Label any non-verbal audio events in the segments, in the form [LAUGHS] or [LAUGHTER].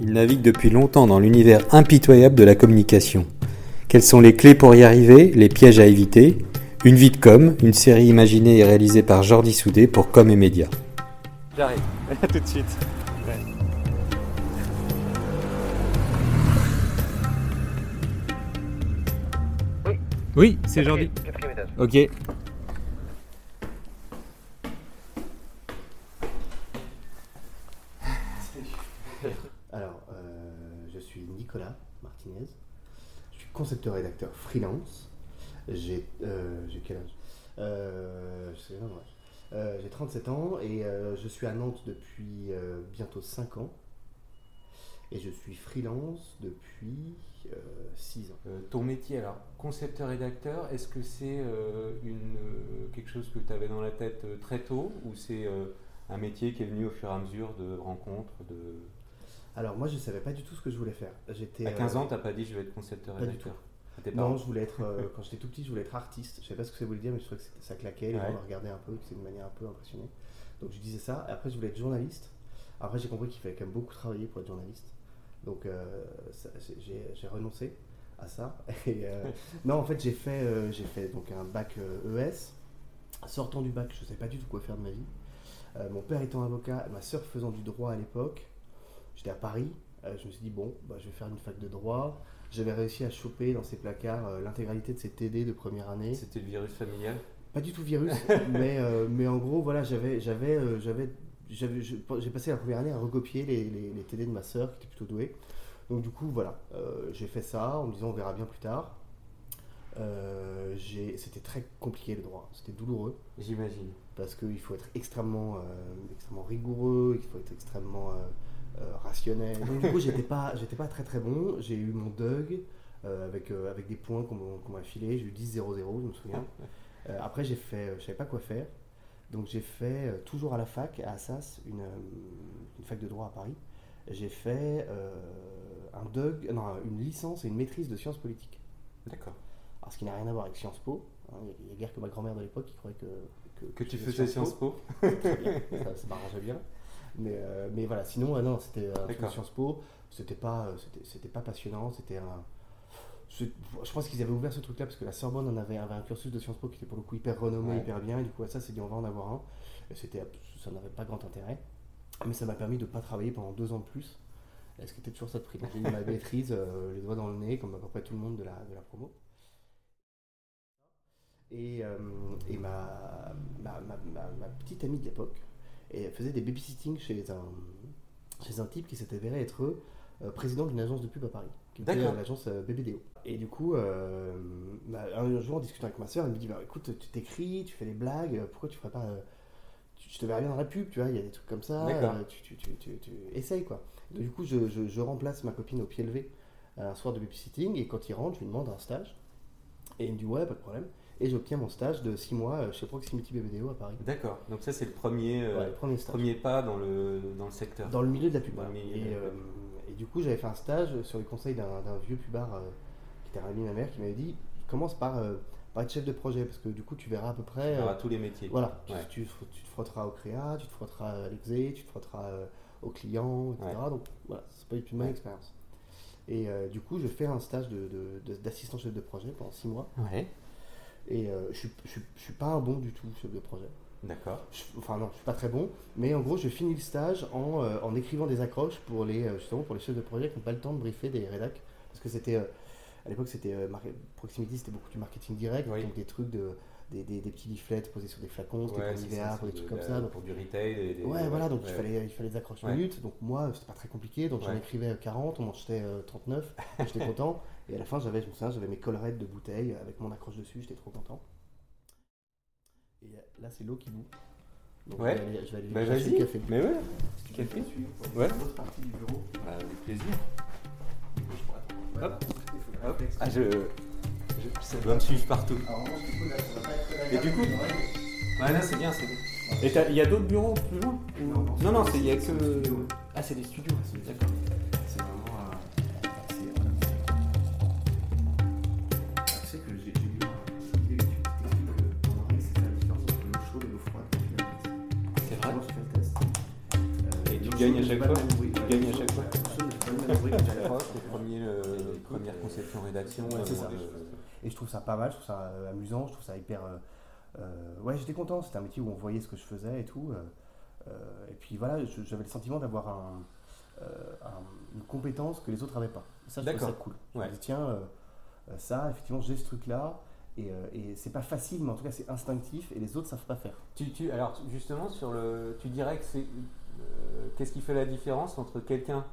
Il navigue depuis longtemps dans l'univers impitoyable de la communication. Quelles sont les clés pour y arriver, les pièges à éviter Une vie de com, une série imaginée et réalisée par Jordi Soudé pour Com et Média. J'arrive, [LAUGHS] tout de suite. Oui, c'est Jordi. Quatrième étage. Ok. Alors, euh, je suis Nicolas Martinez. Je suis concepteur rédacteur freelance. J'ai euh, j'ai quel âge Euh, je sais pas, ouais. Euh, J'ai 37 ans et euh, je suis à Nantes depuis euh, bientôt 5 ans. Et je suis freelance depuis 6 ans. Euh, ton métier, alors, concepteur rédacteur, est-ce que c'est euh, une, euh, quelque chose que tu avais dans la tête euh, très tôt ou c'est euh, un métier qui est venu au fur et à mesure de rencontres de... Alors, moi, je ne savais pas du tout ce que je voulais faire. J'étais À 15 euh, ans, tu pas dit je vais être concepteur pas du rédacteur À tes Non, parents je voulais [LAUGHS] être. euh, quand j'étais tout petit, je voulais être artiste. Je sais pas ce que ça voulait dire, mais je trouvais que c'était- ça claquait, les Ouais. gens me regardaient un peu, que c'était une manière un peu impressionnée. Donc je disais ça. Après, je voulais être journaliste. Après, j'ai compris qu'il fallait quand même beaucoup travailler pour être journaliste. Donc euh, ça- j'ai- j'ai j'ai renoncé à ça. [LAUGHS] Et, euh, non, en fait, j'ai fait, euh, j'ai fait donc un bac euh, ES. Sortant du bac, je ne savais pas du tout quoi faire de ma vie. Euh, mon père étant avocat, ma soeur faisant du droit à l'époque, j'étais à Paris. Euh, je me suis dit, bon, bah, je vais faire une fac de droit. J'avais réussi à choper dans ces placards euh, l'intégralité de ces TD de première année. C'était le virus familial Pas du tout virus, mais, euh, mais en gros, voilà, j'avais, j'avais, euh, j'avais, j'avais- je- j'ai passé la première année à recopier les, les, les TD de ma sœur, qui était plutôt douée. Donc du coup, voilà, euh, j'ai fait ça en me disant on verra bien plus tard. Euh, j'ai- c'était très compliqué le droit, c'était douloureux J'imagine. parce qu'il faut être extrêmement, euh, extrêmement rigoureux, il faut être extrêmement euh, euh, rationnel. Donc, du coup, j'étais pas, j'étais pas très très bon. J'ai eu mon Doug euh, avec, euh, avec des points qu'on m'a- qu'on m'a filé. J'ai eu 10-0-0, je [LAUGHS] me souviens. Euh, après, j'ai fait, euh, je savais pas quoi faire. Donc, j'ai fait, euh, toujours à la fac, à Assas, une, euh, une fac de droit à Paris, j'ai fait euh, un Doug, non, une licence et une maîtrise de sciences politiques. D'accord. Alors, ce qui n'a rien à voir avec Sciences Po. hein, Il y a guère que ma grand-mère de l'époque qui croyait que. Que tu faisais Sciences Po Très bien, [LAUGHS] ça, ça m'arrangeait bien. Mais, euh, mais voilà, sinon, ah non, c'était un truc de D'accord. Sciences Po, c'était pas, euh, c'était- c'était pas passionnant, c'était un. c'est- Je pense qu'ils avaient ouvert ce truc-là parce que la Sorbonne en avait, avait un cursus de Sciences Po qui était pour le coup hyper renommé, Ouais. hyper bien, et du coup, ça, c'est dit, on va en avoir un. Et c'était, ça n'avait pas grand intérêt, mais ça m'a permis de ne pas travailler pendant deux ans de plus, ce qui était toujours ça de prix. Donc, J'ai eu ma [LAUGHS] maîtrise, euh, les doigts dans le nez, comme à peu près tout le monde de la, de la promo. Et, euh, et ma, ma, ma- ma- ma petite amie de l'époque, et elle faisait des babysitting chez un, chez un type qui s'est avéré être euh, président d'une agence de pub à Paris, qui était D'accord. euh, l'agence euh, BBDO. Et du coup, euh, bah, un jour, en discutant avec ma soeur, elle me dit bah, Écoute, tu t'écris, tu fais des blagues, euh, pourquoi tu ferais pas. euh, tu- je te verrais bien dans la pub, tu vois, il y a des trucs comme ça, D'accord. euh, tu, tu, tu, tu, tu essayes quoi. Donc, du coup, je, je, je remplace ma copine au pied levé un soir de babysitting, et quand il rentre, je lui demande un stage. Et il me dit Ouais, pas de problème. Et j'obtiens mon stage de 6 mois euh, chez Proximity BBDO à Paris. D'accord. Donc ça, c'est le premier, euh, Ouais, le premier stage. premier pas dans le, dans le secteur. Dans le milieu de la pub. Dans le voilà. milieu de Et, la euh, pub. et du coup, j'avais fait un stage sur les conseils d'un d'un vieux pubard euh, qui était un ami de ma mère qui m'avait dit commence par, euh, par être chef de projet parce que du coup, tu verras à peu près. Alors, à euh, tous les métiers. voilà, tu- Ouais. tu, tu te frotteras au créa, tu te frotteras à l'exé, tu te frotteras euh, aux clients, etc. Donc voilà, c'est pas du tout une bonne Ouais. expérience. Et euh, du coup, je fais un stage de- de- de- d'assistant chef de projet pendant six mois. Ouais. Et euh, je, suis- je suis- je suis pas un bon du tout chef de projet. D'accord. Je- enfin non, je suis pas très bon, mais en gros, je finis le stage en, euh, en écrivant des accroches pour les euh, justement pour les chefs de projet qui n'ont pas le temps de briefer des rédacs parce que c'était euh, à l'époque c'était euh, mar- proximity, c'était beaucoup du marketing direct, Oui. donc des trucs de des, des- des petits leaflets posés sur des flacons, c'était Ouais, pour c'est l'hiver, ça, pour des c'est trucs de comme la- ça. donc- Pour du retail. et des- Ouais, voilà, donc ouais. il fallait, il fallait des accroches Ouais. minutes. Donc moi, c'était pas très compliqué, donc j'en Ouais. écrivais 40, on m'en jetait euh, 39, [LAUGHS] j'étais content. Et à la fin, j'avais, je me souviens, j'avais mes collerettes de bouteilles avec mon accroche dessus, j'étais trop content. Et là, c'est l'eau qui bout. Donc Ouais. je vais aller, je vais aller Bah chercher vas-y. le café. Mais ouais. Café Ouais. Bah, avec plaisir. Hop. Hop. Ah, je... je- Ça doit me suivre partout. Et du coup Ouais, là, c'est bien, c'est bien. Et t'as- il y a d'autres bureaux plus loin Non, non, c'est- il y a que... Ah, c'est des studios. D'accord. C'est vraiment un accès. euh, accès que j'ai j'ai lu un petit étude technique euh, en anglais, c'est la différence entre l'eau chaude et l'eau froide. C'est vrai Moi, je fais le test. Euh, Et tu l'eau gagnes à chaque chaude, j'ai pas le fois même bruit. Tu Ouais, gagnes à l'eau chaque chaude, fois l'eau chaude, j'ai pas le rubrique à [LAUGHS] chaque fois. C'est premier, euh, première conception euh, rédaction. Ouais, et c'est bon, ça. des choses. Et je trouve ça pas mal, je trouve ça euh, amusant, je trouve ça hyper. euh, euh, ouais, j'étais content, c'était un métier où on voyait ce que je faisais et tout. euh, euh, et puis voilà, je- j'avais le sentiment d'avoir un, euh, un- une compétence que les autres n'avaient pas. Ça, je trouve ça D'accord. cool. Je me Ouais. dis, tiens, euh, euh, ça, effectivement, j'ai ce truc-là. Et, euh, et c'est pas facile, mais en tout cas, c'est instinctif et les autres savent pas faire. Tu, tu- alors tu- justement sur le, tu dirais que c'est euh, qu'est-ce qui fait la différence entre quelqu'un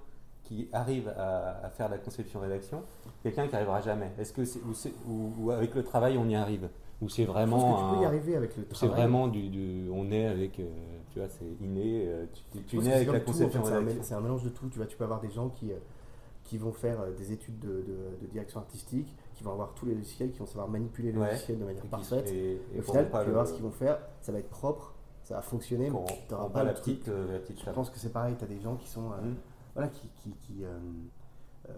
qui arrive à, à faire la conception rédaction, quelqu'un qui arrivera jamais. Est-ce que c'est ou, c'est- ou- ou avec le travail on y arrive ou c'est Je pense vraiment que tu peux y un- arriver avec le c'est travail. vraiment du, du- on est avec euh, tu vois c'est inné euh, tu- tu, Je tu pense nais que c'est avec la comme tout, en fait, conception c'est un mél- rédaction. C'est un mélange de tout. Tu, vois, tu peux avoir des gens qui, euh, qui vont faire euh, des études de, de- de direction artistique, qui vont avoir tous les logiciels, qui vont savoir manipuler les Ouais. logiciels de manière Et qui- parfaite. et- et Et au qu'on final, rend tu pas vas le- voir ce qu'ils vont faire, ça va être propre, ça va fonctionner, qu'on mais tu rend n'auras pas pas la le truc. petite, euh, la petite Je chape. pense que c'est pareil, tu as des gens qui sont. euh, Mm. Voilà, qui. qui, qui, euh, euh,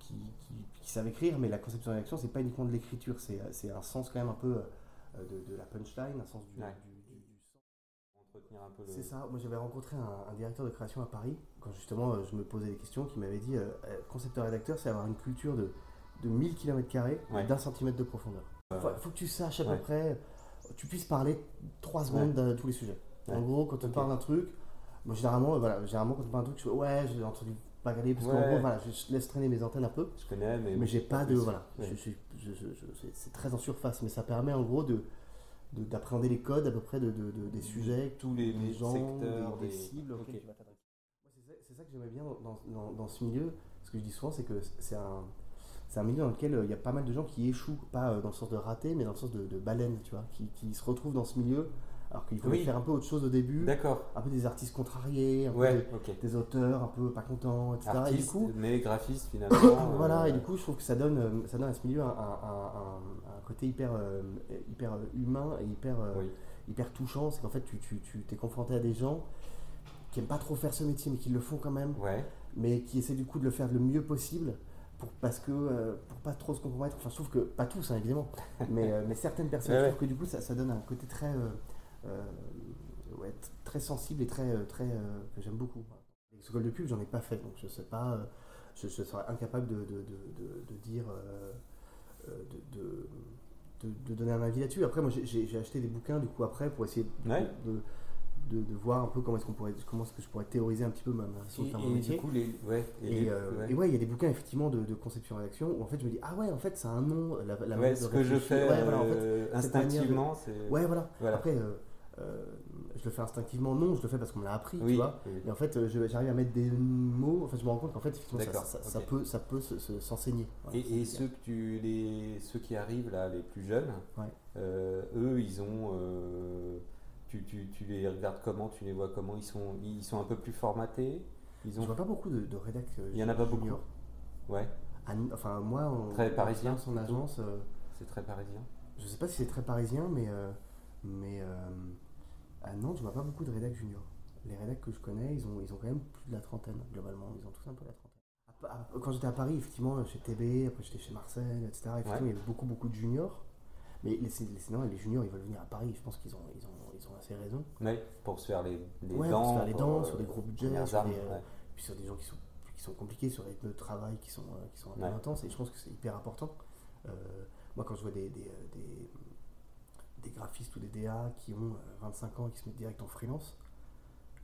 qui, qui- qui savent écrire, mais la conception de l'action, c'est pas uniquement de l'écriture, c'est euh, c'est un sens quand même un peu euh, de, de la punchline, un sens du- Ouais. du- du, du Entretenir un peu le- c'est ça, moi j'avais rencontré un, un directeur de création à Paris, quand justement euh, je me posais des questions, qui m'avait dit euh, euh, concepteur-rédacteur, c'est avoir une culture de, de 1000 km Ouais. d'un centimètre de profondeur. Euh, Faut, faut que tu saches à ouais. peu près, tu puisses parler 3 secondes de tous les sujets. En Ouais. gros, quand on Ok. parle d'un truc, moi généralement, euh, voilà, généralement quand on parle d'un truc, je fais, ouais, j'ai entendu bagaler, parce qu'en Ouais. gros, voilà, je- je laisse traîner mes antennes un peu. Je connais mais Mais j'ai pas de. plus. Voilà, Ouais. Je suis- je- je- je- c'est- c'est très en surface, mais ça permet en gros de de- d'appréhender les codes à peu près de, de- de- des sujets, Mmh. Tous les- des les secteurs, des, des- cibles auxquelles ok. tu vas t'adresser. Moi, c'est ça- C'est ça que j'aimais bien dans, dans- dans ce milieu. Ce que je dis souvent, c'est que c'est un, c'est un milieu dans lequel euh, il y a pas mal de gens qui échouent, pas euh, dans le sens de rater, mais dans le sens de, de baleine, tu vois, qui, qui se retrouvent dans ce milieu alors qu'ils voulaient Oui. faire un peu autre chose au début, D'accord. un peu des artistes contrariés, un peu Ouais, ok. des, des auteurs un peu pas contents, etc. Et du Artiste, coup, mais graphiste finalement. [COUGHS] Ah, voilà, euh, et du coup, je trouve que ça donne, euh, ça donne à ce milieu un, un- un- un- un côté hyper, euh, hyper euh, humain et hyper, euh, Oui. hyper touchant. C'est qu'en fait, tu, tu, tu t'es confronté à des gens qui n'aiment pas trop faire ce métier, mais qui le font quand même, Ouais. mais qui essaient du coup de le faire le mieux possible pour, parce que, euh, pour pas trop se compromettre. Enfin, je trouve que, pas tous, hein, évidemment, [LAUGHS] mais, euh, mais certaines personnes, Ouais, je trouve que du coup, ça, ça donne un côté très, euh, euh, ouais, t- très sensible et très, euh, très, euh, que j'aime beaucoup. Avec ce col de pub, j'en ai pas fait, donc je sais pas, euh, je, je serais incapable de, de, de- de- de dire, euh, euh, de, de- de- de donner un avis là-dessus. Après, moi, j'ai- j'ai j'ai acheté des bouquins du coup après pour essayer de, Ouais. de, de- de voir un peu comment est-ce qu'on pourrait, comment est-ce que je pourrais théoriser un petit peu ma ma façon Et, de faire mon et métier. du coup, les. Ouais. Et, les- euh, ouais. et ouais, il y a des bouquins effectivement de, de conception rédaction où en fait je me dis ah ouais en fait ça a un nom la, la manière Ouais, de ce que je réfléchir. fais ouais, voilà, en fait, euh, cette manière de- instinctivement, c'est. ouais voilà Voilà. après euh, euh, je le fais instinctivement non je le fais parce qu'on me l'a appris oui. tu vois oui. et en fait euh, je- j'arrive à mettre des mots en fait je me rends compte qu'en fait effectivement ça, D'accord, ça, ça ok. peut ça peut se- se- s'enseigner Voilà, c'est Et, et bien. ceux que tu les ceux qui arrivent là, les plus jeunes, Ouais. euh, eux, ils ont. euh, tu, tu, tu les regardes comment, tu les vois comment, ils sont ils sont un peu plus formatés. Ils je ont. vois pas beaucoup de, de rédac euh, Il y en a pas beaucoup. junior. Ouais. À nous- enfin moi on, Très parisien, son plutôt. agence euh, C'est très parisien. je sais pas si c'est très parisien mais euh, mais euh, à Nantes je vois pas beaucoup de rédac junior les rédacs que je connais ils ont ils ont quand même plus de la trentaine globalement ils ont tous un peu la trentaine À Pa- à- quand j'étais à Paris effectivement euh, chez TB après j'étais chez Marcel etc effectivement, Ouais. il y avait beaucoup beaucoup de juniors mais les, c'est- les- non, les juniors ils veulent venir à Paris je pense qu'ils ont ils ont ils ont assez raison Ouais. Pour se faire les, les Ouais, pour dents. se faire les dents, euh, sur des gros budgets, premières sur armes, des, euh, ouais. puis sur des gens qui sont, qui sont compliqués, sur des rythmes de travail qui sont, euh, qui sont un peu Ouais. intenses, et je pense que c'est hyper important. Euh, moi, quand je vois des, des, euh, des, des graphistes ou des DA qui ont euh, 25 ans et qui se mettent direct en freelance,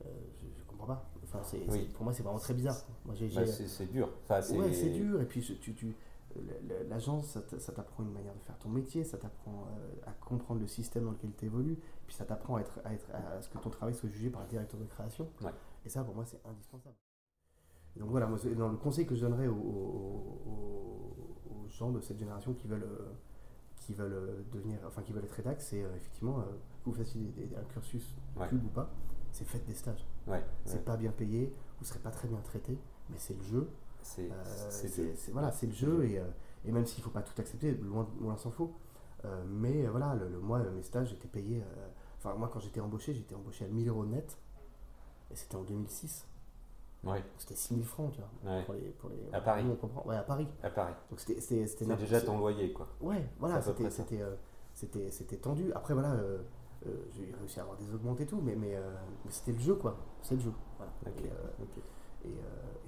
euh, je, je comprends pas. Enfin, c'est, Oui. c'est- pour moi, c'est vraiment très bizarre. Moi, j'ai, Bah, j'ai- c'est c'est dur. Enfin, ouais, c'est dur, et puis je- tu, tu, l- l- l'agence, ça t- ça t'apprend une manière de faire ton métier, ça t'apprend euh, à comprendre le système dans lequel tu évolues, puis ça t'apprend à, être, à, être, à ce que ton travail soit jugé par le directeur de création. Ouais. Et ça, pour moi, c'est indispensable. Et donc voilà, moi, c'est- dans le conseil que je donnerais aux, aux- aux- aux gens de cette génération qui veulent, euh, qui veulent euh, devenir, enfin qui veulent être rédac, c'est euh, effectivement euh, que vous fassiez des- des- un cursus Ouais. pub ou pas, c'est faites des stages. Ouais, ouais. C'est pas bien payé, vous serez pas très bien traité, mais c'est le jeu. C'est Euh, c'est c'est- dur. c'est- voilà, c'est le jeu et, euh, et même s'il faut pas tout accepter, loin, loin s'en faut. Euh, mais euh, voilà, le, le- moi, mes stages, j'étais payé. euh, Enfin, moi, quand j'étais embauché, j'étais embauché à 1000 euros net. Et c'était en 2006. Ouais, Donc, C'était 6000 francs, tu vois. ouais. Pour les, pour les, À Paris. nous, on comprend. Ouais, à Paris. À Paris. Donc c'était- c'était c'était C'est n'importe- déjà ton loyer, quoi. Ouais, voilà, C'est à peu c'était près ça. c'était, euh, c'était- c'était tendu. Après, voilà, euh, euh, j'ai réussi à avoir des augmentes et tout, mais, mais, euh, mais c'était le jeu, quoi. C'est le jeu. Voilà. Ok, Et, euh, ok. Et, euh,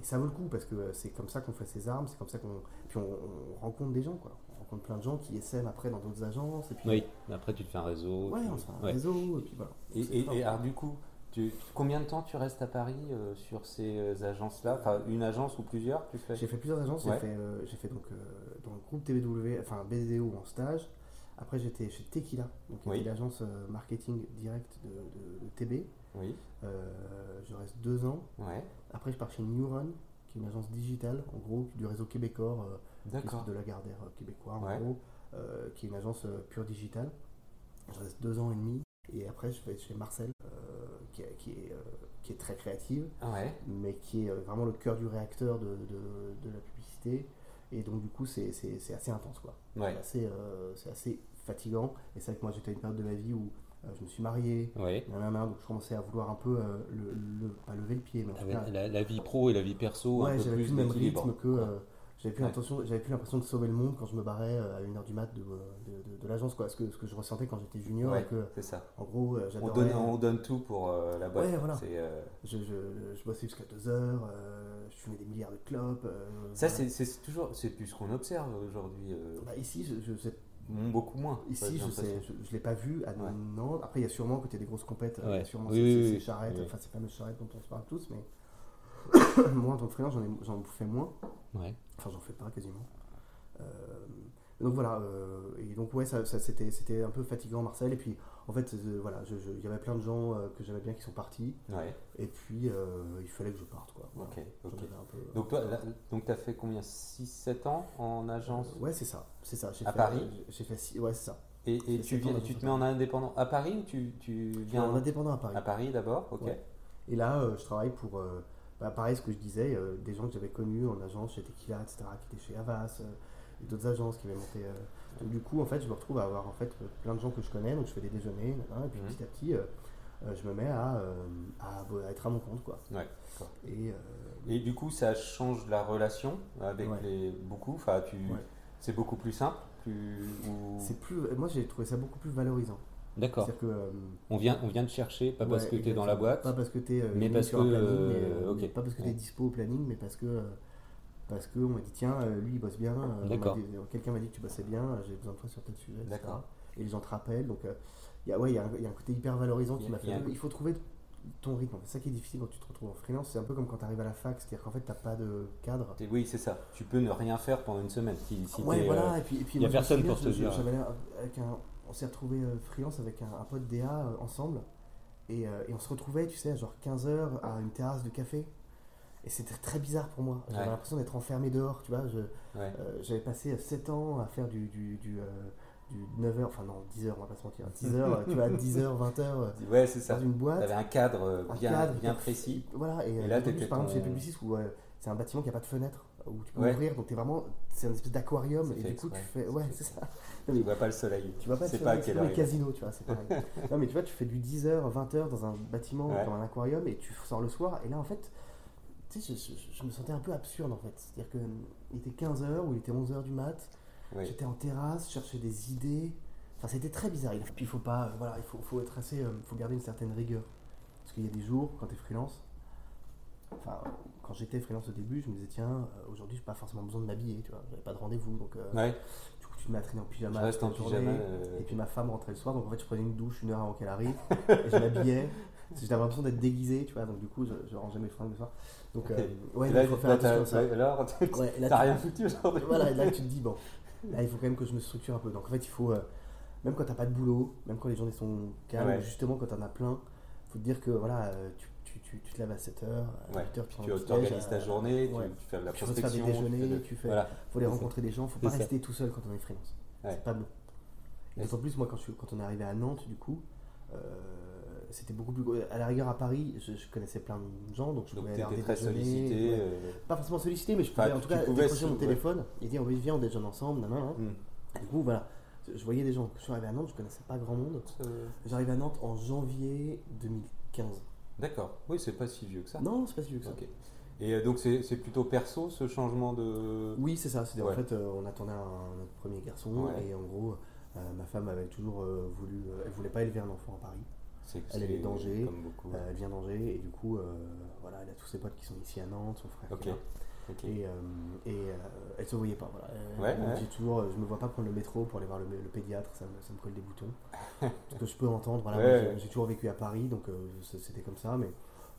et ça vaut le coup parce que c'est comme ça qu'on fait ses armes, c'est comme ça qu'on. Puis on, on rencontre des gens, quoi. On rencontre plein de gens qui essaiment après dans d'autres agences. Et puis, Oui, après tu te fais un réseau. Ouais, tu- on se fait un ouais. réseau, et puis voilà. Et, C'est et- pas et mal. alors du coup, tu- combien de temps tu restes à Paris euh, sur ces euh, agences-là Enfin, une agence ou plusieurs, tu fais J'ai fait plusieurs agences. Ouais. J'ai fait, euh, j'ai fait donc euh, dans le groupe TBW, enfin BDO en stage. Après, j'étais chez Tequila, donc qui Oui. était l'agence euh, marketing directe de, de- de TB. Oui. Euh, je reste deux ans. Ouais. Après, je pars chez Neuron, qui est une agence digitale, en gros, du réseau québécois, euh, une sorte D'accord. de Lagardère euh, québécois, en Ouais. gros, euh, qui est une agence euh, pure digitale. Je reste deux ans et demi. Et après, je vais chez Marcel, euh, qui, est- qui est, euh, qui est très créative Ouais. mais qui est euh, vraiment le cœur du réacteur de, de- de la publicité. Et donc, du coup, c'est c'est- c'est assez intense, quoi. Ouais. C'est assez, euh, c'est assez fatigant. Et c'est vrai que moi, j'étais à une période de ma vie où euh, je me suis marié, Ouais. nanana, donc je commençais à vouloir un peu, euh, le, le- pas lever le pied, mais en tout Avec cas, la, la vie pro et la vie perso, un ouais, peu j'avais plus, plus le même d'équilibre. rythme que... euh, j'avais plus Ouais. l'intention- j'avais plus l'impression de sauver le monde quand je me barrais euh, à 1h du mat de, de- de- de l'agence, quoi. Ce que, ce que je ressentais quand j'étais junior, Ouais, et que, c'est ça. en gros, euh, On j'adorais... donne, on donne tout pour euh, la boîte. Ouais, voilà. C'est, euh, Je, je, je bossais jusqu'à 2 heures, euh, je fumais des milliards de clopes. euh, Ça, voilà. c'est c'est toujours, c'est plus ce qu'on observe aujourd'hui. euh, Bah, ici, je, je sais- beaucoup moins. ici, je sais, je, je l'ai pas vu à Ouais. Nantes. Après, il y a sûrement que tu des grosses compètes, euh, il y a Ouais. sûrement Oui, ces, oui, ces- oui. ces charrettes, Oui. enfin ces fameuses charrettes dont on se parle tous, mais [COUGHS] moi en tant que freelance, j'en, ai, j'en bouffais moins. Ouais. Enfin, j'en fais pas quasiment. Euh, donc voilà, euh, et donc ouais, ça, ça, c'était, c'était un peu fatigant Marcel. Et puis en fait, euh, voilà, je- je- il y avait plein de gens euh, que j'aimais bien qui sont partis. Ouais, Et puis euh, il fallait que je parte quoi. Voilà. ok, J'en ok. avais un peu- euh, Donc, toi, là, donc t'as fait combien 6-7 ans en agence Euh, Ouais, c'est ça, c'est ça. J'ai À fait- euh, Paris J'ai fait six- ouais, c'est ça. Et, et c'est tu, sept ans viens, dans tu une te mets en indépendant à Paris ou tu, tu Je suis en viens indépendant à Paris. à Paris d'abord Ok. Ouais. Et là, euh, je travaille pour, euh, bah, pareil, ce que je disais, euh, des gens que j'avais connus en agence chez Tequila, etc., qui étaient chez Havas, euh, et d'autres agences qui avaient monté. euh. Donc, du coup, en fait, je me retrouve à avoir en fait, euh, plein de gens que je connais, donc je fais des déjeuners, nanana, et puis Mhm. petit à petit, euh, euh, je me mets à, euh, à, bo- à être à mon compte, quoi. Ouais, d'accord. Et euh, Et du coup, ça change la relation avec Ouais. les beaucoup. Enfin, tu, Ouais. c'est beaucoup plus simple. Plus, ou- c'est plus, moi, j'ai trouvé ça beaucoup plus valorisant. D'accord. C'est-à-dire que. euh, On vient, on vient te chercher, pas parce ouais, que t'es dans la exactement. boîte. Pas parce que t'es. euh, mais mis parce sur un que, planning, mais, euh, euh, mais ok. pas parce que t'es Ouais. dispo au planning, mais parce que. euh, parce qu'on m'a dit, tiens, euh, lui il bosse bien, euh, on m'a D'accord. dit- euh, quelqu'un m'a dit que tu bossais bien, euh, j'ai besoin de toi sur tel sujet, etc. D'accord. Et les gens te rappellent, donc euh, il y a- ouais, il y, a un- il y a un côté hyper valorisant Il y qui a- m'a il y fait. a un- Il faut trouver ton rythme, c'est ça qui est difficile quand tu te retrouves en freelance, c'est un peu comme quand tu arrives à la fac, c'est-à-dire qu'en fait t'as pas de cadre. T'es- Oui, c'est ça. Tu peux ne rien faire pendant une semaine. Si, si Ouais, t'es, voilà, euh, et puis, et puis y a moi, je me personne souviens, pour te je- je- dire. j'avais l'air avec un- on s'est retrouvé freelance avec un, un pote DA euh, ensemble, et, euh, et on se retrouvait, tu sais, à genre 15h à une terrasse de café. Et c'était très bizarre pour moi. J'avais Ouais. l'impression d'être enfermé dehors, tu vois. je- ouais. euh, J'avais passé 7 ans à faire du, du, euh, 9h, enfin non, 10h, on va pas se mentir, 10h, tu vois, 10h, 20h, Ouais, c'est ça. euh, dans une boîte T'avais un cadre euh, un bien, cadre, bien hyper- précis. Voilà, et, Et euh, là, d'autant t'étais plus, par exemple, ton- chez Publicis, où euh, c'est un bâtiment qui n'a pas de fenêtre, où tu peux Ouais. ouvrir, donc t'es vraiment. C'est un espèce d'aquarium, C'est et fait du coup, tu exprès. fais. Ouais, C'est c'est ça. Tu vois pas le soleil. Tu vois pas, C'est tu pas vois, à c'est quelle comme heure. les il est. casinos, tu vois, c'est pareil. [LAUGHS] non, mais tu vois, tu fais du 10h, 20h dans un bâtiment, Ouais. dans un aquarium, et tu sors le soir, et là, en fait. Tu sais, je, je- je me sentais un peu absurde en fait. C'est-à-dire qu'il était 15h ou il était 11h du mat, Oui. J'étais en terrasse, je cherchais des idées. Enfin, c'était très bizarre. Il- Puis il faut pas, euh, voilà, il faut, faut être assez, euh, faut garder une certaine rigueur. Parce qu'il y a des jours quand tu es freelance. Enfin, quand j'étais freelance au début, je me disais tiens, euh, aujourd'hui j'ai pas forcément besoin de m'habiller, tu vois, j'avais pas de rendez-vous, donc euh, Ouais, du coup tu te mets à traîner en je pyjama. reste en toute la journée. pyjama. euh, Et puis ma femme rentrait le soir, donc en fait je prenais une douche une heure avant qu'elle arrive, et je m'habillais. J'avais l'impression d'être déguisé, tu vois, donc du coup je, je rangeais mes fringues le soir. Donc [LAUGHS] euh, ouais, et là, là, il faut là, faire attention t'as- à ça. ouais, alors, [LAUGHS] t'as- Ouais, là, t'as tu- rien foutu aujourd'hui. voilà, et là tu te dis, bon, là il faut quand même que je me structure un peu. Donc en fait, il faut, euh, même quand t'as pas de boulot, même quand les journées sont calmes, Ouais. justement quand t'en as plein, faut te dire que voilà, euh, tu, tu, tu, tu te lèves à 7h, à Ouais, 8h, Tu organises ta journée, tu, ouais. tu fais de la euh, Tu vas te faire des prospection. déjeuners, de- tu fais- Voilà. faut aller C'est ça. rencontrer des gens, faut C'est pas ça. rester tout seul quand on est freelance. Ouais. C'est pas bon. Et Ouais. D'autant plus, moi, quand, je, suis- quand on est arrivé à Nantes, du coup, euh, c'était beaucoup plus. À la rigueur, à Paris, je, je connaissais plein de gens, donc je Donc pouvais tu aller étais leur très déjeuner, sollicité. ouais. euh, Pas forcément sollicité, mais je pouvais Enfin, en tu tout cas pouvais décrocher se- mon ouais. téléphone et dire oui, viens, on déjeune ensemble, nanana. hmm. Du coup, voilà, je voyais des gens. Je suis arrivé à Nantes, je connaissais pas grand monde. Euh, J'arrive à Nantes en janvier 2015. D'accord, oui, c'est pas si vieux que ça. Non, c'est pas si vieux que ça. Ok. Et euh, donc, c'est c'est plutôt perso ce changement de. Oui, c'est ça. C'est Ouais. en fait, euh, on attendait un, notre premier garçon Ouais. et en gros, euh, ma femme avait toujours euh, voulu. euh, elle voulait pas élever un enfant à Paris. C'est Elle c'est est d'Angers, Comme beaucoup. Euh, elle vient d'Angers et du coup, euh, voilà, elle a tous ses potes qui sont ici à Nantes, son frère. Ok. qui est là. Ok. Et, euh, et euh, elle se voyait pas. Voilà. Elle Ouais, me ouais. dit toujours, euh, je me vois pas prendre le métro pour aller voir le, le pédiatre, ça me, ça me colle des [LAUGHS] boutons. Ce que je peux entendre, voilà, Ouais, moi, j'ai- ouais. j'ai toujours vécu à Paris, donc euh, c- c'était comme ça, mais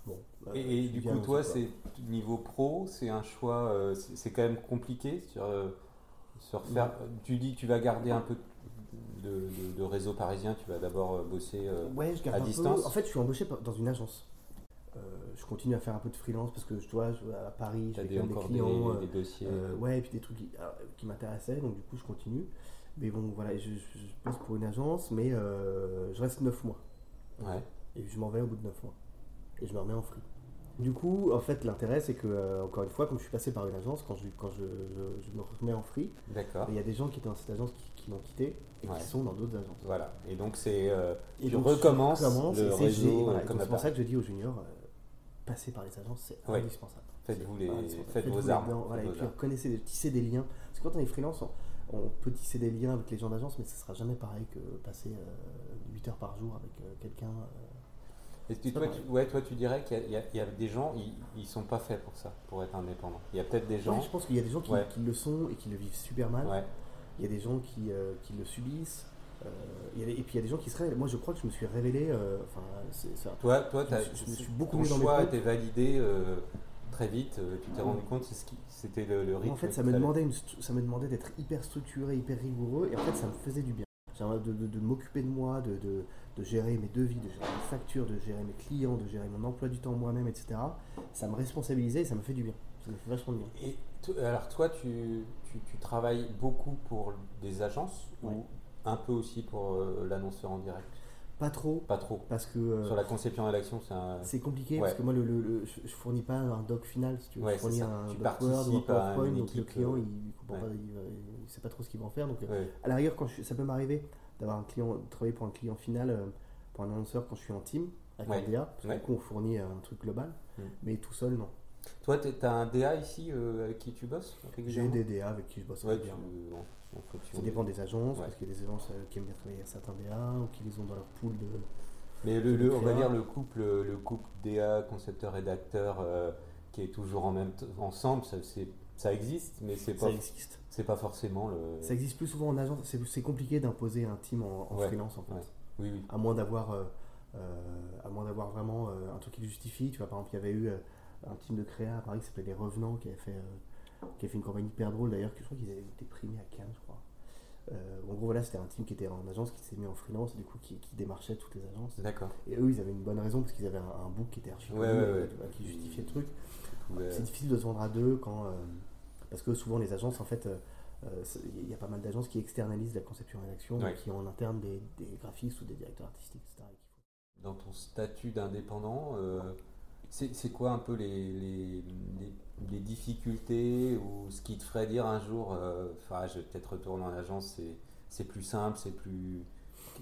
bon. euh, je Et, et suis du bien coup, dans toi, cette- c'est niveau pro, c'est un choix, euh, c'est c'est quand même compliqué. c'est-à-dire, euh, se refaire, Mm. Tu dis que tu vas garder un peu de, de- de réseau parisien, tu vas d'abord euh, bosser. euh, Ouais, je garde à un peu- distance En fait, je suis embauché par- dans une agence. Euh, je continue à faire un peu de freelance parce que je dois je- à Paris, tu as j'ai des, des encore des, clients. euh, des dossiers. Euh, ouais, et puis des trucs qui, alors, qui m'intéressaient, donc du coup je continue. Mais bon, voilà, je, je, je bosse pour une agence, mais euh, je reste 9 mois. Ouais. Et je m'en vais au bout de 9 mois. Et je me remets en free. Du coup, en fait, l'intérêt, c'est que, euh, encore une fois, comme je suis passé par une agence, quand je, quand je, je- je me remets en free, D'accord. il y a des gens qui étaient dans cette agence qui, qui l'ont quitté et Ah. Ouais. qui sont dans d'autres agences. Voilà. Et donc, c'est. euh, Et Tu donc, je recommences recommence, le et c'est réseau, gé- voilà, euh, et comme donc, à C'est pour Paris. ça que je dis aux juniors, euh, passer par les agences, c'est Ouais. indispensable. Faites-vous C'est les- indispensable. faites vos les armes, dents, faites voilà, et vos puis armes. reconnaissez, des- tissez des liens. Parce que quand on est freelance, on, on peut tisser des liens avec les gens d'agence, mais ce sera jamais pareil que passer 8 heures par jour avec euh, quelqu'un. euh, Est-ce que pas toi, vrai. tu, ouais, toi, tu dirais qu'il y a- il y, a- il y a des gens, ils, ils sont pas faits pour ça, pour être indépendants. Il y a peut-être des gens. Je pense qu'il y a des gens qui, Ouais. qui le sont et qui le vivent super mal. Ouais. Il y a des gens qui, euh, qui le subissent. euh, il y a des- et puis il y a des gens qui se révèlent. Moi, je crois que je me suis révélé. euh, Enfin, c'est ça. Toi, toi, Je t'as- me suis- je me suis beaucoup ton mis dans mes choix a potes. été validé euh, très vite. euh, tu t'es Ouais. rendu compte, c'est ce qui- c'était le, le rythme. En fait, ça que me t'avais. demandait, une stru- ça me demandait d'être hyper structuré, hyper rigoureux, et en fait, ça me faisait du bien. J'avais De, de, de m'occuper de moi, de, de, de gérer mes devis, de gérer mes factures, de gérer mes clients, de gérer mon emploi du temps moi-même, etc. Ça me responsabilisait et ça me fait du bien. Ça me fait vachement du bien. Et to- alors toi, tu, tu- tu travailles beaucoup pour des agences Ouais. ou un peu aussi pour euh, l'annonceur en direct Pas trop, Pas trop. parce que euh, Sur la conception et l'action, c'est un... c'est compliqué, Ouais. parce que moi, le, le- le- je, je fournis pas un doc final, si tu veux. Ouais, je fournis c'est ça. un Tu doc Word ou un participes à une PowerPoint, donc le équipe, client, euh, il comprend ouais. pas, il, va- il sait pas trop ce qu'il va en faire, donc euh, Ouais. À la rigueur, quand je suis- ça peut m'arriver d'avoir un client, de travailler pour un client final, euh, pour un annonceur quand je suis en team avec Ouais. un DA, parce que Ouais. du coup on fournit euh, un truc global, Mm. mais tout seul non. Toi, t'es- t'as un DA ici euh, avec qui tu bosses J'ai régulièrement des DA avec qui je bosse Ouais, très tu- bien. en- en fonction Ça de- dépend des agences, Ouais. parce qu'il y a des agences euh, qui aiment bien travailler avec certains DA ou qui les ont dans leur pool de. Mais le, le- on va Créa. dire le couple, le couple DA, concepteur, rédacteur, euh, qui est toujours en même t- ensemble, ça, c'est- ça existe, mais c'est pas, Ça existe. c'est pas forcément le. Ça existe plus souvent en agence. C'est c'est compliqué d'imposer un team en, en Ouais. freelance en fait. Ouais. Oui, oui. à moins d'avoir euh, euh, à moins d'avoir vraiment euh, un truc qui le justifie tu vois par exemple il y avait eu euh, un team de créa à Paris qui s'appelait les revenants qui avait fait euh, qui a fait une campagne hyper drôle d'ailleurs que je crois qu'ils avaient été primés à Cannes je crois Euh, en gros voilà c'était un team qui était en agence qui s'est mis en freelance du coup qui, qui démarchait toutes les agences D'accord. et eux ils avaient une bonne raison parce qu'ils avaient un, un book qui était archi Ouais, connu, ouais, euh, ouais. tu vois, qui justifiait le truc Ou, euh, c'est difficile de se vendre à deux quand. euh, parce que souvent, les agences, en fait, euh, euh, c'est- il y a pas mal d'agences qui externalisent la conception et rédaction, donc Ouais. qui ont en interne des, des graphistes ou des directeurs artistiques, etc. et qui font- dans ton statut d'indépendant, euh, c'est c'est quoi un peu les, les, les- les difficultés ou ce qui te ferait dire un jour, euh, Enfin, je vais peut-être retourner en agence, c'est- c'est plus simple, c'est plus.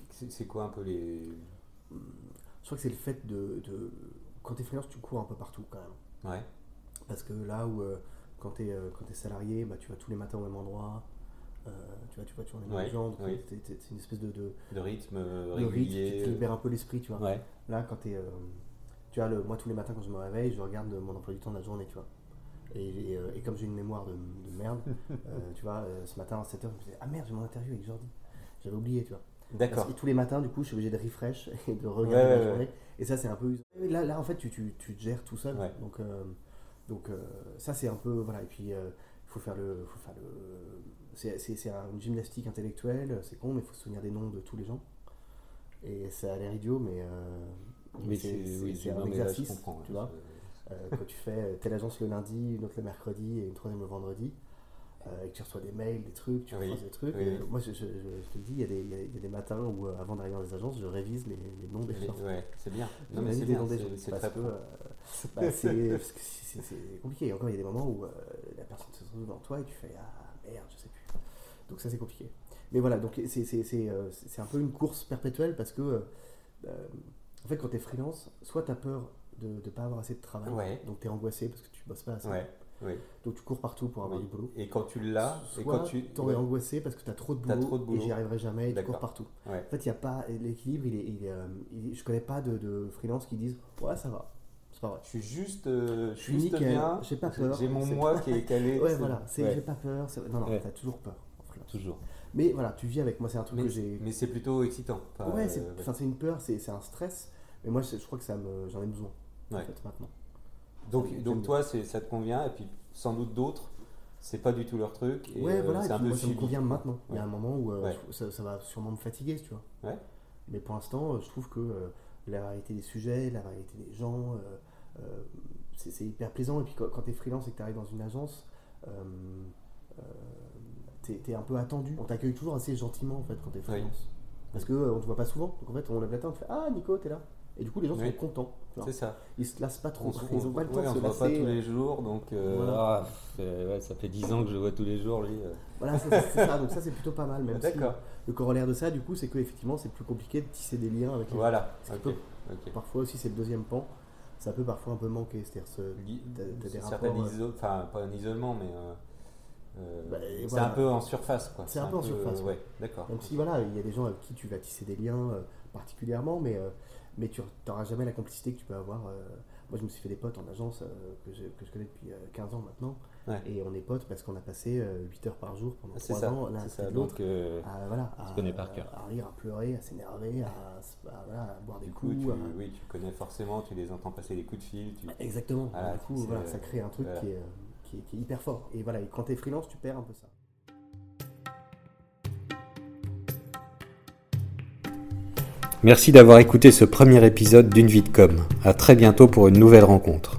c'est- C'est quoi un peu les. Je crois que c'est le fait de. de quand t'es freelance, tu cours un peu partout quand même. Ouais, Parce que là où, euh, quand t'es euh, quand t'es salarié, bah, tu vas tous les matins au même endroit. euh, tu vois, tu vois, tu vois, les mêmes Ouais, gens. donc oui. t'es- t'es- C'est une espèce de, de, le rythme euh, de rythme qui régulier. te libère un peu l'esprit, tu vois. Ouais. Là, quand t'es. euh, tu vois, le, moi, tous les matins, quand je me réveille, je regarde mon emploi du temps de la journée, tu vois. Et, et, euh, et comme j'ai une mémoire de, de merde, euh, tu vois, euh, ce matin à 7h, je me disais, ah merde, j'ai mon interview avec Jordi. J'avais oublié, tu vois. D'accord. Et tous les matins, du coup, je suis obligé de refresh [LAUGHS] et de regarder Ouais, la ouais, journée. Et ça, c'est un peu usant. Et Là, là, en fait, tu, tu, tu te gères tout seul. Ouais. Donc, euh, donc euh, ça, c'est un peu. Voilà. Et puis, euh, il faut faire le. Faut faire le c'est, c'est, c'est un- une gymnastique intellectuelle, c'est con, mais il faut se souvenir des noms de tous les gens. Et ça a l'air idiot, mais. euh, Mais c'est oui, c'est non, un mais là, je exercice, comprends, tu ouais, vois. Euh, quand tu fais euh, telle agence le lundi, une autre le mercredi et une troisième le vendredi, euh, et que tu reçois des mails, des trucs, tu Oui, croises des trucs. oui, euh, oui. Moi, je, je- je- je te le dis, il y, a des- il y a- il y a des matins où, euh, avant d'arriver dans les agences, je révise les, les noms des c'est- gens. Ouais, c'est bien. Je Non, mais révise c'est les bien, noms des c'est- gens, c'est parce très que, pro. euh, bah, c'est parce que c'est- c'est- c'est compliqué. Et encore, il y a des moments où euh, la personne se trouve devant toi et tu fais Ah merde, je sais plus. Donc, ça, c'est compliqué. Mais voilà, donc c'est- c'est c'est, euh, c'est- c'est un peu une course perpétuelle parce que, euh, euh, en fait, quand tu es freelance, soit tu as peur de ne pas avoir assez de travail, Ouais. donc tu es angoissé parce que tu bosses pas assez. Ouais, ouais. Donc tu cours partout pour avoir Oui. du boulot. Et quand tu l'as, et Soit quand tu. t'en es ouais. angoissé parce que t'as trop de T'as boulot, trop de boulot. et j'y arriverai jamais, et tu D'accord. cours partout. Ouais. En fait, il y a pas l'équilibre. Il est, il est, euh, il est- je connais pas de, de freelance qui disent ouais ça va, c'est pas vrai. Je suis juste, euh, je Je suis suis juste nickel, bien. j'ai pas peur. J'ai mon c'est- moi qui est calé. [LAUGHS] Ouais, c'est- voilà, c'est ouais, j'ai pas peur. c'est- Non, non, Ouais. t'as toujours peur. en freelance. toujours. Mais voilà, tu vis avec moi, c'est un truc Mais, que j'ai. mais c'est plutôt excitant. Enfin, ouais, c'est euh, ouais. enfin, c'est une peur, c'est c'est un stress. Mais moi, je je crois que ça me, j'en ai besoin. En Ouais. fait, maintenant. Donc, donc toi, c'est- ça te convient, et puis sans doute d'autres, c'est pas du tout leur truc. Et, ouais, euh, voilà, et c'est un puis peu moi, ça me subi. convient maintenant. Il y a Ouais. un moment où euh, Ouais. je- ça, ça va sûrement me fatiguer, tu vois. Ouais. Mais pour l'instant, euh, je trouve que euh, la variété des sujets, la variété des gens, euh, euh, c'est c'est hyper plaisant. Et puis quand, tu es freelance et que tu arrives dans une agence, euh, euh, t'es t'es un peu attendu. On t'accueille toujours assez gentiment en fait quand t'es freelance. Parce qu'on on te voit pas souvent. Donc en fait, on lève la tête, on te fait Ah, Nico, t'es là. Et du coup, les gens Oui. sont contents. tu vois. C'est ça. Ils se lassent pas trop. se- Ils ont pas le temps ouais, de on se se voit pas lasser. tous les jours, donc euh, Voilà. ah, pff, euh, ouais, ça fait 10 ans que je vois tous les jours lui. euh. Voilà, c'est c'est- c'est ça. Donc ça, c'est plutôt pas mal. Même Ah, [LAUGHS] si- D'accord. Le corollaire de ça, du coup, c'est que effectivement, c'est plus compliqué de tisser des liens avec les gens. Voilà. Ce qui Ok. peut- ok. Parfois aussi, c'est le deuxième pan. Ça peut parfois un peu manquer, c'est-à-dire ce- Li- t'as- t'as des certaines rapports, iso- enfin pas un isolement, mais euh, euh, Bah, et c'est voilà. un peu en surface quoi. C'est un peu en surface, Ouais. D'accord. Même si voilà, il y a des gens avec qui tu vas tisser des liens euh, particulièrement, mais, euh, mais tu n'auras jamais la complicité que tu peux avoir. euh. Moi, je me suis fait des potes en agence euh, que, je, que je connais depuis euh, 15 ans maintenant, Ouais. et on est potes parce qu'on a passé 8 heures par jour pendant Ah, C'est 3 ça. ans l'un à C'est côté ça. de l'autre. ah, Donc, euh, À, voilà, se à- connaît par cœur. à rire, à pleurer, à s'énerver, à, se- à, voilà, à boire des du coup, coups. tu, euh. à- oui, tu connais forcément, tu les entends passer des coups de fil. Tu... Bah, Exactement. Voilà, du coup, c'est- voilà, ça crée un truc voilà. qui, est, euh, qui, est, qui est hyper fort. Et voilà, et quand t'es freelance, tu perds un peu ça. Merci d'avoir écouté ce premier épisode d'une vie de com. À très bientôt pour une nouvelle rencontre.